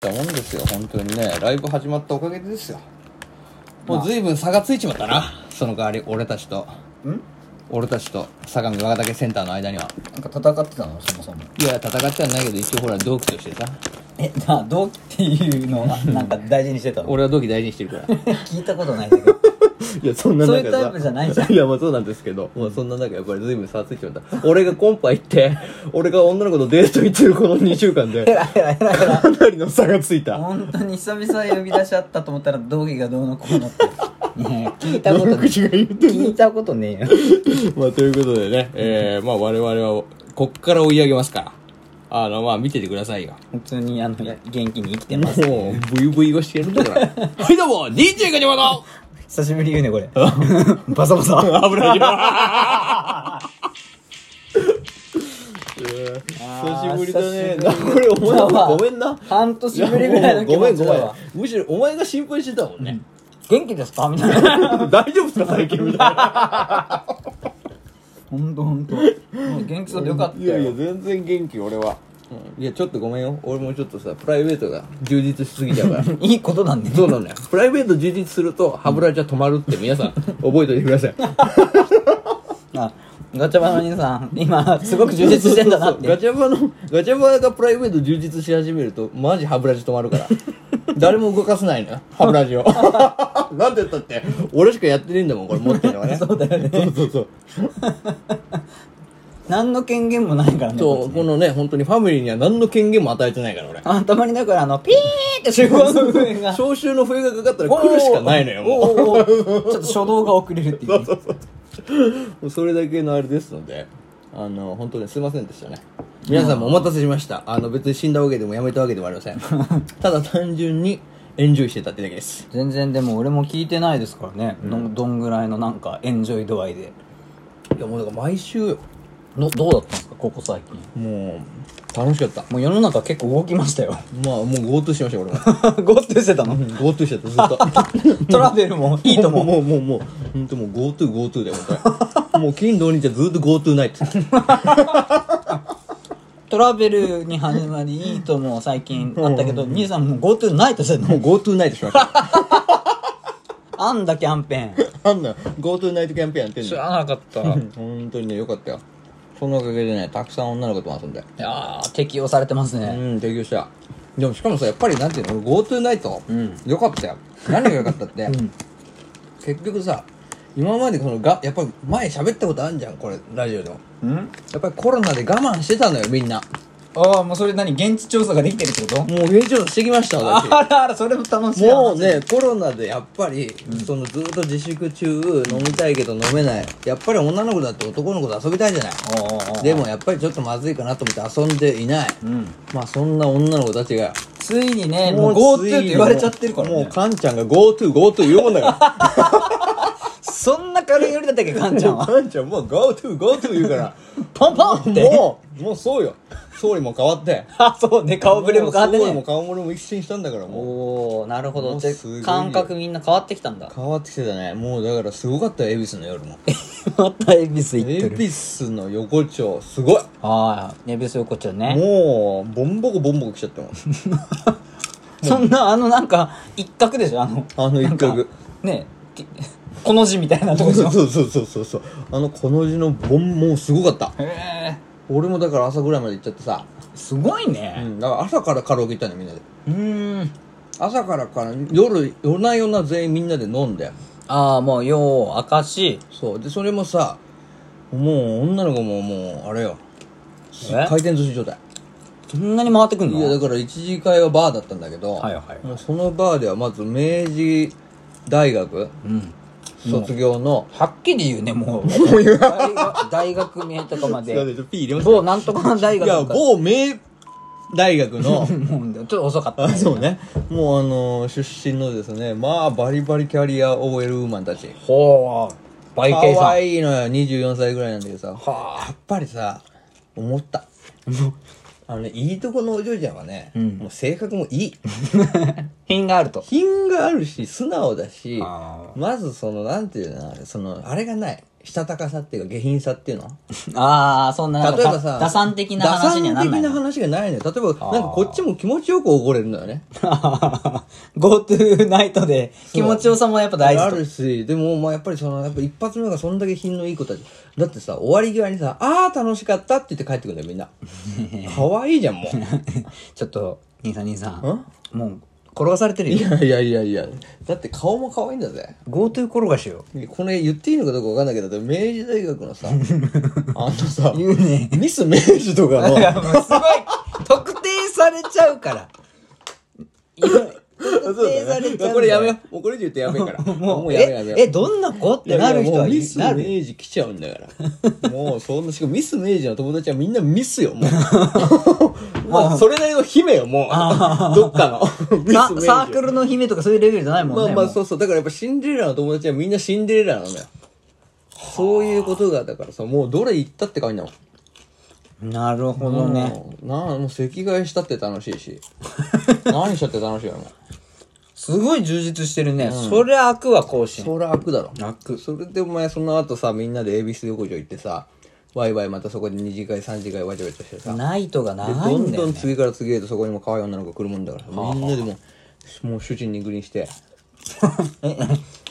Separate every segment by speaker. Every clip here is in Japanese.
Speaker 1: たもんですよ本当にねライブ始まったおかげでですよも
Speaker 2: ま
Speaker 1: う
Speaker 2: あ
Speaker 1: 随分差がついちまったなその代わり俺たちと
Speaker 2: ん
Speaker 1: 俺たちと相模若竹センターの間には
Speaker 2: なんか戦ってたのそもそも
Speaker 1: いや戦ってはないけど一応ほら同期としてさ
Speaker 2: えなあ同期っていうのはなんか大事にしてたの
Speaker 1: 俺は同期大事にしてるから
Speaker 2: 聞いたことないんだけど
Speaker 1: いやそんな中さ
Speaker 2: そういうタイプじゃないじゃん
Speaker 1: いやまあそうなんですけど、まあ、そんな中やっぱり随分差がついちまった俺がコンパ行って俺が女の子とデート行ってるこの2週間でかなりの差がついた
Speaker 2: 本当に久々呼び出しあったと思ったら同期がどうのこうのってねえ聞いたことね
Speaker 1: 口が言ってる
Speaker 2: 聞いたことねえよ
Speaker 1: まあ、ということでね、えー、まあ、我々は、こっから追い上げますから。あの、まあ、見ててくださいよ。
Speaker 2: 普通にあの元気に生きてます
Speaker 1: もう、ブイブイをしてるんだから。 はい、どうも、DJ ガニバの
Speaker 2: 久しぶり言うねこれバサバサ
Speaker 1: 危ないよ。 えー久しぶりだね。
Speaker 2: あー久しぶ
Speaker 1: これ、
Speaker 2: り
Speaker 1: お前はごめんな。
Speaker 2: 半年ぶりぐらいの気
Speaker 1: ごめ
Speaker 2: 持
Speaker 1: ん
Speaker 2: ち
Speaker 1: ご
Speaker 2: だ
Speaker 1: めん
Speaker 2: わ。
Speaker 1: むしろ、お前が心配してたもんね。
Speaker 2: 元気ですかみたい な
Speaker 1: 大丈夫ですか、最近みたいな。
Speaker 2: ほんとほんともう元気そうでよかった
Speaker 1: いやいや
Speaker 2: よ
Speaker 1: 全然元気俺は、いやちょっとごめんよ俺もちょっとさプライベートが充実しすぎちゃうから
Speaker 2: いいことなんで
Speaker 1: そうなのよプライベート充実すると歯ブラシは止まるって皆さん覚えておいてください
Speaker 2: あガチャバの兄さん今すごく充実してんだなって
Speaker 1: ガチャバのガチャバがプライベート充実し始めるとマジ歯ブラシ止まるから誰も動かせないのよ歯ブラシ をなんでだって俺しかやってねえんだもんこれ持ってるのはね そうだよねそうそうそう
Speaker 2: 何の権限もないからねこっちね
Speaker 1: このね本当にファミリーには何の権限も与えてないから俺
Speaker 2: あたまにだからあのピーって集合の笛が
Speaker 1: 消臭の笛がかかったら来るしかないのよもう
Speaker 2: おーおーお ーちょっと初動が遅れるっていうね
Speaker 1: もうそれだけのあれですのであの本当にすいませんでしたね皆さんもお待たせしましたあの別に死んだわけでもやめたわけでもありま せんただ単純にエンジョイしてたってだけです
Speaker 2: 全然でも俺も聞いてないですからね、のどんぐらいのなんかエンジョイ度合いで
Speaker 1: いやもうだから毎週よ
Speaker 2: のどうだったんですかここ最近
Speaker 1: もう楽しかった
Speaker 2: もう世の中結構動きましたよ
Speaker 1: まあもう GoTo しましたよ俺も
Speaker 2: ゴッてしてたの
Speaker 1: GoTo してたずっと
Speaker 2: トラベルもいいと
Speaker 1: もうも
Speaker 2: も
Speaker 1: うもうもう本当もう GoToGoTo だよ本当にもう金土日はずっと GoTo ないって
Speaker 2: トラベルに始まりいいとも最近あったけど兄さんもう GoTo ないとしてん
Speaker 1: も
Speaker 2: の
Speaker 1: う GoTo ないでしょ
Speaker 2: あんだキャンペーン
Speaker 1: あんな GoTo ナイトキャンペーンやってんの
Speaker 2: らなかった
Speaker 1: 本当にねよかったよそのおかげでねたくさん女の子と遊んで
Speaker 2: いやー適用されてますね、
Speaker 1: うん提供したでもしかもさやっぱりなんていうの俺 GoTo ナイト、よかったよ何がよかったって、結局さ今までこのがやっぱり前喋ったことあるじゃんこれラジオでも
Speaker 2: うん
Speaker 1: やっぱりコロナで我慢してたのよみんな
Speaker 2: ああもうそれ何現地調査ができてるってこと
Speaker 1: もう現状してきました私
Speaker 2: あらあらそれも楽しい話
Speaker 1: もうねコロナでやっぱり、そのずっと自粛中飲みたいけど飲めないやっぱり女の子だって男の子と遊びたいじゃない
Speaker 2: おうおうおう
Speaker 1: でもやっぱりちょっとまずいかなと思って遊んでいない、
Speaker 2: うん
Speaker 1: まあそんな女の子たちが
Speaker 2: ついにねもう GoTo って言われちゃってるから
Speaker 1: もう
Speaker 2: ね
Speaker 1: カンちゃんが GoToGoTo 言うもんだか
Speaker 2: そんな軽い寄りだったっけカンちゃ
Speaker 1: ら
Speaker 2: んは
Speaker 1: カンちゃんもう GoToGoTo 言うから
Speaker 2: ポンポンって
Speaker 1: もうもうそうよ総理も変わって
Speaker 2: あそうね顔ぶれも変わって
Speaker 1: 総理も
Speaker 2: ね
Speaker 1: 顔ぶれも一新したんだからもう
Speaker 2: おおなるほ
Speaker 1: も
Speaker 2: ど
Speaker 1: う
Speaker 2: です
Speaker 1: ごいよ
Speaker 2: 感覚みんな変わってきたんだ
Speaker 1: 変わってきてたねもうだからすごかったよ恵比寿の夜も
Speaker 2: また恵比寿
Speaker 1: 恵比寿の横丁すごい
Speaker 2: はい恵比寿横丁ね
Speaker 1: もうボンボコボンボコ来ちゃったもん
Speaker 2: そんなあのなんか一角でしょあの
Speaker 1: あの一角
Speaker 2: ねえ この字みたいなとこでし
Speaker 1: そ
Speaker 2: ょ
Speaker 1: うそうそうそうそうあのこの字のボンもうすごかった
Speaker 2: へえ
Speaker 1: 俺もだから朝ぐらいまで行っちゃってさ
Speaker 2: すごいうね
Speaker 1: んだから朝からカラオケ行ったのみんなで
Speaker 2: うーん
Speaker 1: 朝からから夜夜な夜な全員みんなで飲んで
Speaker 2: ああもうよう明石
Speaker 1: そうでそれもさもう女の子ももうあれよ
Speaker 2: え
Speaker 1: 回転寿司状態
Speaker 2: そんなに回ってくんの
Speaker 1: いやだから一次会はバーだったんだけど、
Speaker 2: はいはい
Speaker 1: もうそのバーではまず明治大学
Speaker 2: うん
Speaker 1: 卒業の、
Speaker 2: はっきり言うねもう大学大学名とかま
Speaker 1: いや
Speaker 2: で
Speaker 1: ちょっとピー入れます
Speaker 2: 某なんとか大
Speaker 1: い
Speaker 2: 学
Speaker 1: や
Speaker 2: とか
Speaker 1: 某明大学 の
Speaker 2: もうちょっと遅かった
Speaker 1: あ
Speaker 2: ね
Speaker 1: そうねもうあのー出身のですねまあバリバリキャリア OL ウーマンたち
Speaker 2: ほうバイ
Speaker 1: 可
Speaker 2: ケイさん
Speaker 1: 愛いのよ24歳ぐらいなんだけどさ
Speaker 2: は
Speaker 1: やっぱりさ思 ったあのねいいとこのお嬢ちゃんはね、もう性格もいい
Speaker 2: 品があると
Speaker 1: 品があるし素直だし
Speaker 2: あ
Speaker 1: まずそのなんていうのかなそのあれがないしたたかさっていうか下品さっていうのは
Speaker 2: ああ、そんななん
Speaker 1: 例
Speaker 2: か
Speaker 1: えばさ
Speaker 2: 打算的な話にはなんない
Speaker 1: 打算的
Speaker 2: の。
Speaker 1: な話がないのよ例えばなんかこっちも気持ちよくおごれるのよね
Speaker 2: GoTo ナイトで気持ちよさもやっぱ大
Speaker 1: あ
Speaker 2: 事と。
Speaker 1: るしでもまあやっぱりそのやっぱ一発目がそんだけ品のいい子たちだってさ終わり際にさ「ああ楽しかった」って言って帰ってくるんだよみ んな可愛いじゃんもう
Speaker 2: ちょっと、兄さん兄さん。もう、転がされてる
Speaker 1: い
Speaker 2: よ。
Speaker 1: やいやいやいやだって顔も可愛いんだぜ
Speaker 2: GoTo 転がしよ。
Speaker 1: これ言っていいのかどうかわかんないけどだって明治大学の さあのさ
Speaker 2: 言うね。
Speaker 1: ミス明治とか
Speaker 2: い や
Speaker 1: の
Speaker 2: もうすごい、特定されちゃうから。いや特定されちゃうんだよ
Speaker 1: これやめようもうこれ以上言ってやべえから もうやめようやめよう
Speaker 2: え、えどんな子ってなる人は
Speaker 1: やいや
Speaker 2: い
Speaker 1: もうミ
Speaker 2: る
Speaker 1: ス
Speaker 2: なる。
Speaker 1: 明治来ちゃうんだから もうそんなしかもミス明治の友達はみんなミスよも うもうそれなりの姫よもう どっか のミ
Speaker 2: さ
Speaker 1: ス明治
Speaker 2: サークルの姫とかそういうレベルじゃないもんね。
Speaker 1: まあまあ
Speaker 2: もう
Speaker 1: そうそうだからやっぱシンデレラの友達はみんなシンデレラなのよそういうことがだからさもうどれ行ったって感じなの
Speaker 2: なるほどね。
Speaker 1: もうなあもう席替えしたって楽しい し何したって楽しいよもう
Speaker 2: すごい充実してるね。そりゃ悪は更新。
Speaker 1: そりゃ悪だろ
Speaker 2: 悪
Speaker 1: それでお前その後さみんなで恵比寿横丁行ってさワイワイまたそこで二次会三次会わちゃわちゃしてさ
Speaker 2: ナイトが
Speaker 1: で
Speaker 2: 長い
Speaker 1: ど
Speaker 2: ん
Speaker 1: ん
Speaker 2: だよ
Speaker 1: どん
Speaker 2: ね。
Speaker 1: 次から次へとそこにも可愛い女の子来るもんだからみんなでもうもう主人にグリーンして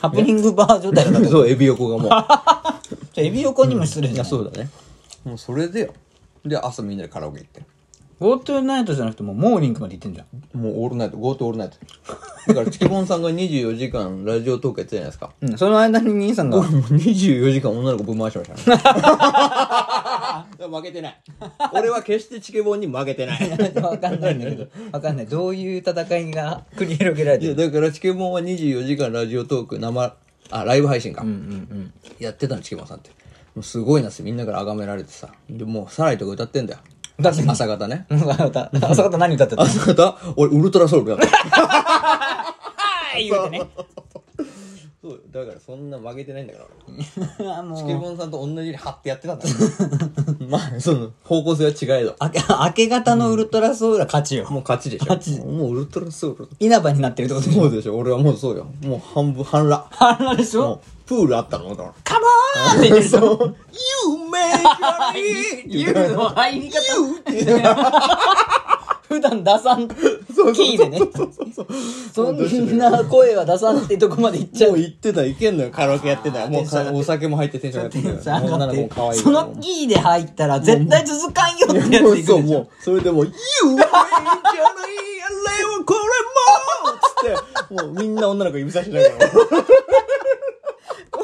Speaker 2: ハプニングバー状態だった。じゃ
Speaker 1: そうエビ横 がもう
Speaker 2: あエビ横にも失礼
Speaker 1: い
Speaker 2: じゃ
Speaker 1: や
Speaker 2: ん。
Speaker 1: そうだねもうそれでよで朝みんなでカラオケ行って
Speaker 2: GoTo ナイトじゃなくてもうモーニングまで行ってんじゃん。
Speaker 1: もうオールナイト GoTo オールナイトだからチケボンさんが24時間ラジオトークやってたじゃないですか
Speaker 2: うん、その間に兄さんが
Speaker 1: 俺。もう24時間女の子ぶん回してましたねで も負けてない俺は決してチケボンに負けて ない
Speaker 2: わかんないんだけど。わかんない。どういう戦いが繰り広げられ
Speaker 1: い
Speaker 2: て
Speaker 1: やだ
Speaker 2: る
Speaker 1: からチケボンは24時間ラジオトーク生あライブ配信か、やってたのチケボンさんってもうすごいなってみんなから崇められてさでもうサライとか歌ってんだよ
Speaker 2: 歌ってんの
Speaker 1: 朝方ね
Speaker 2: うんわかった。あそこで何歌ってた
Speaker 1: 朝方俺ウルトラソウルだった
Speaker 2: はい言うてね。
Speaker 1: そうだからそんな負けてないんだから俺
Speaker 2: あもう
Speaker 1: チケボンさんと同じように張ってやってたんだ まあその方向性は違えど
Speaker 2: 明け明け方のウルトラソウルは勝ちよ。
Speaker 1: もう勝ちでしょ
Speaker 2: 勝ち
Speaker 1: もうウルトラソウル
Speaker 2: 稲葉になってるってことでしょ。
Speaker 1: そうでしょ俺はもうそうよもう半分半裸
Speaker 2: あれでし
Speaker 1: も
Speaker 2: ょ
Speaker 1: うプールあ ったのだから
Speaker 2: カモーンって言うでしょ。
Speaker 1: You make me
Speaker 2: 言うの入り方。 普段出さん。キーでね。そんな声は出さんってとこまで行っちゃ
Speaker 1: もう
Speaker 2: う。
Speaker 1: 行ってた、行けんのよ。カラオケやってたら。もう
Speaker 2: テンション上
Speaker 1: か
Speaker 2: がって
Speaker 1: お酒も入ってテンション上がってたよ。女の子も可愛い
Speaker 2: そのキーで入ったら絶対続かんよってや
Speaker 1: も
Speaker 2: つ
Speaker 1: う
Speaker 2: でい
Speaker 1: そう、
Speaker 2: くでし
Speaker 1: も
Speaker 2: ょ。
Speaker 1: う、それでもう、You are my journey, あれはこれもつって、もうみんな女の子指差しながら。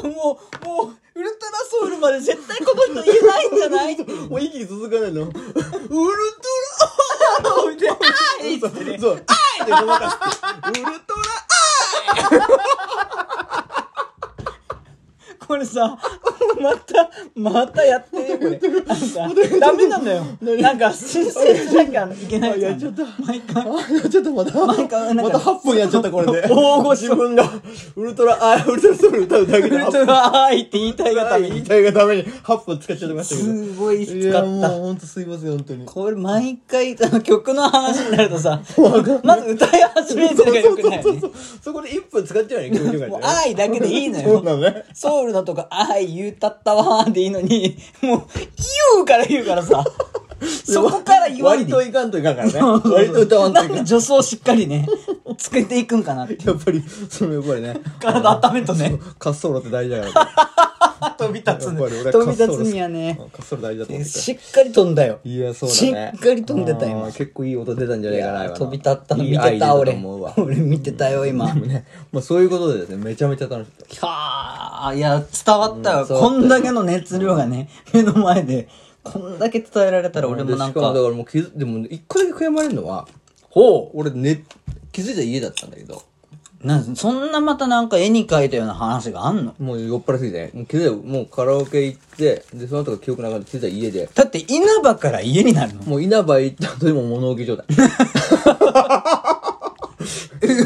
Speaker 2: もう、もう、ウルトラソウルまで絶対この人言えないんじゃないって。
Speaker 1: もう息続かないの。ウルト
Speaker 2: あいっつ
Speaker 1: ラ
Speaker 2: ってね
Speaker 1: そう、あーってごまかして。ウルト
Speaker 2: これさ、また、またやってるこれ。あのさダメなんだよ。なんか、申請しなきゃいけないやちょっと。毎回。
Speaker 1: ラあーちょっとまた、また
Speaker 2: 毎回なんか
Speaker 1: 8分やっちゃった、これで。
Speaker 2: 大御所
Speaker 1: 自分が、ウルトラ、あーウルトラソウル歌うだけ
Speaker 2: ウ
Speaker 1: で8
Speaker 2: ル
Speaker 1: 分
Speaker 2: ト。ラアイって言いたいがため
Speaker 1: 言い
Speaker 2: に。
Speaker 1: たいがために8分使っちゃってましたけど。
Speaker 2: すごい使
Speaker 1: いや
Speaker 2: っ
Speaker 1: もう
Speaker 2: た。
Speaker 1: ほんとすいません、本当に。
Speaker 2: これ毎回、あの曲の話になるとさ、まず歌い始めるのがよくないよね。
Speaker 1: そうそこで1分使っちゃうよね、気持ちよか
Speaker 2: もう
Speaker 1: っ、たね。
Speaker 2: アイだけでいいの
Speaker 1: そう
Speaker 2: よ。
Speaker 1: なのね。
Speaker 2: ソウルのとか、あい、言うたったわーでいいのに、もう、言うから言うか らさ、そこから言わん
Speaker 1: 割と
Speaker 2: とい
Speaker 1: いかんといかんからね。割と歌わんと
Speaker 2: ないん
Speaker 1: かん。
Speaker 2: で助走をしっかりね、つけていくんかなって。
Speaker 1: やっぱり、そのやっぱりね、
Speaker 2: 体温めんとね、
Speaker 1: 滑走路って大事だからね。
Speaker 2: 飛び立つ
Speaker 1: やっ
Speaker 2: ね
Speaker 1: ぱり俺は。
Speaker 2: 飛び立つにはね
Speaker 1: うん、滑走路大事だと思って
Speaker 2: しっかり飛んだよ。
Speaker 1: た。いや、そうだね。
Speaker 2: しっかり飛んでた今
Speaker 1: あー結構いい音出たんじゃないかな、今の
Speaker 2: 飛び立ったの
Speaker 1: いい
Speaker 2: 見
Speaker 1: ア
Speaker 2: て
Speaker 1: イデア
Speaker 2: た
Speaker 1: だ
Speaker 2: 俺
Speaker 1: と思うわ。
Speaker 2: 俺見てたよ今
Speaker 1: ねまあそういうことでですね、めちゃめちゃ楽しかった。
Speaker 2: はあいや伝わったよ
Speaker 1: 伝
Speaker 2: こんだけの熱量がね目の前でこんだけ伝えられたら俺もなん
Speaker 1: でしかもだ
Speaker 2: か
Speaker 1: からもう気づ、でも一個だけ悔やまれるのは、
Speaker 2: ほ
Speaker 1: 俺ね、気づいたら家だったんだけど、
Speaker 2: うなんそんなまたなんか絵に描いたような話があんの
Speaker 1: もう酔っ払いすぎてね。もう気づいたらもうカラオケ行って、で、その後が記憶ながら気づいたら家で、
Speaker 2: だって稲葉から家になるの
Speaker 1: もう稲葉行った後でも物置状態。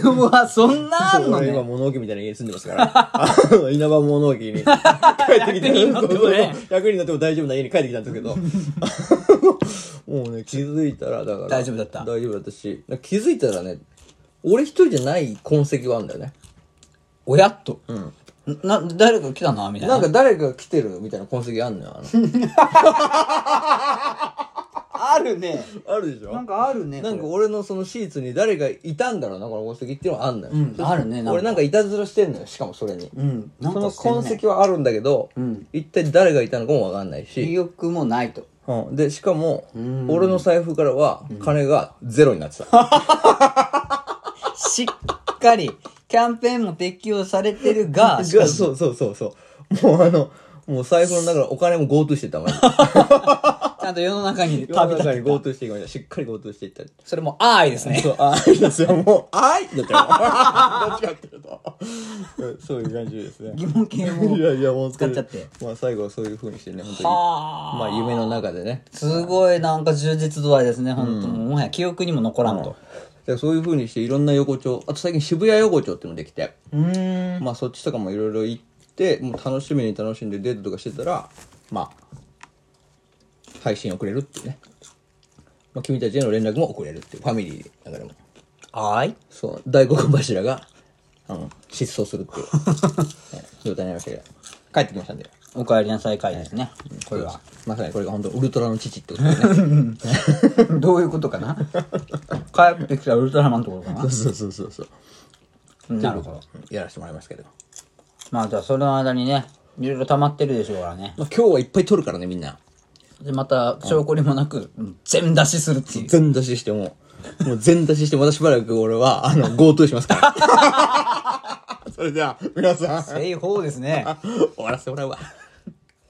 Speaker 2: うわそんなあんの
Speaker 1: 俺今
Speaker 2: ね
Speaker 1: 物置みたいな家に住んでますから。 あの稲葉物置に帰ってきて、
Speaker 2: 役になってもね
Speaker 1: そうそうそう役になっても大丈夫な家に帰ってきたんです けど。もうね、気づいたら、だから。
Speaker 2: 大丈夫だった
Speaker 1: 大丈夫だったし、気づいたらね、俺一人じゃない痕跡はあるんだよね。
Speaker 2: 親と、な、誰か来たな、みたいな。
Speaker 1: なんか誰か来てるみたいな痕跡あんのよ。あの
Speaker 2: あるね。
Speaker 1: あるでしょ
Speaker 2: なんかあるね。
Speaker 1: なんか
Speaker 2: こ
Speaker 1: 俺のそのシーツに誰かいたんだろうな、この痕跡っていうのはあんのよ。
Speaker 2: うんあるねなんか
Speaker 1: 俺なんかいたずらしてんのよ、しかもそれに。
Speaker 2: れうん。なん
Speaker 1: その
Speaker 2: かしてんね
Speaker 1: 痕跡はあるんだけど、
Speaker 2: うん
Speaker 1: 一体誰がいたのかもわかんないし、
Speaker 2: 記憶もないと。
Speaker 1: うん、で、しかも、俺の財布からは金がゼロになってた。
Speaker 2: しっかり、キャンペーンも適用されてる が、し
Speaker 1: が
Speaker 2: かし
Speaker 1: そうそうそうそう。もうあの、もう財布の中のお金も GoTo してたまに。
Speaker 2: ちゃんと世の中に
Speaker 1: 世の
Speaker 2: 旅立
Speaker 1: 中
Speaker 2: っ
Speaker 1: に GoTo していき ました。しっかり GoTo していったり。
Speaker 2: それも愛ですね。
Speaker 1: そう、あいですよ。もう、あいだ ったよ。どっちかっていうと。うんそういう感じですね。
Speaker 2: 疑問形 も
Speaker 1: いやいや、もう
Speaker 2: 使っちゃって。
Speaker 1: まあ最後はそういう風にしてね、本当に。
Speaker 2: はあ
Speaker 1: まあ夢の中でね。
Speaker 2: すごいなんか充実度合いですね、本当もはや記憶にも残らんと。
Speaker 1: でそういう風にしていろんな横丁、あと最近渋谷横丁っていうのできて、
Speaker 2: うん。
Speaker 1: まあそっちとかもいろいろ行って、もう楽しみに楽しんでデートとかしてたら、まあ、配信遅れるっていうね。まあ君たちへの連絡も遅れるっていう、ファミリーの中でも。
Speaker 2: はい。
Speaker 1: そう、大黒柱が、あの、失踪するっていう、 ね状態になりましたけど、帰ってきましたんで。
Speaker 2: お帰りなさい会ですね。これは。
Speaker 1: まさにこれが本当ウルトラの父ってことだね。
Speaker 2: どういうことかな帰ってきたウルトラマンってことかな
Speaker 1: そうそうそうそう。
Speaker 2: なるほど。
Speaker 1: やらせてもらいますけど。
Speaker 2: まあじゃあその間にね、いろいろ溜まってるでしょうからね。
Speaker 1: まあ今日はいっぱい撮るからね、みんな。
Speaker 2: で、また証拠にもなく、全出しする っていう。
Speaker 1: 全出ししても、もう全出しして、またしばらく俺は、あの、GoTo します から。それでは、皆さん、
Speaker 2: 正方ですね。
Speaker 1: 終わらせてもらうわ。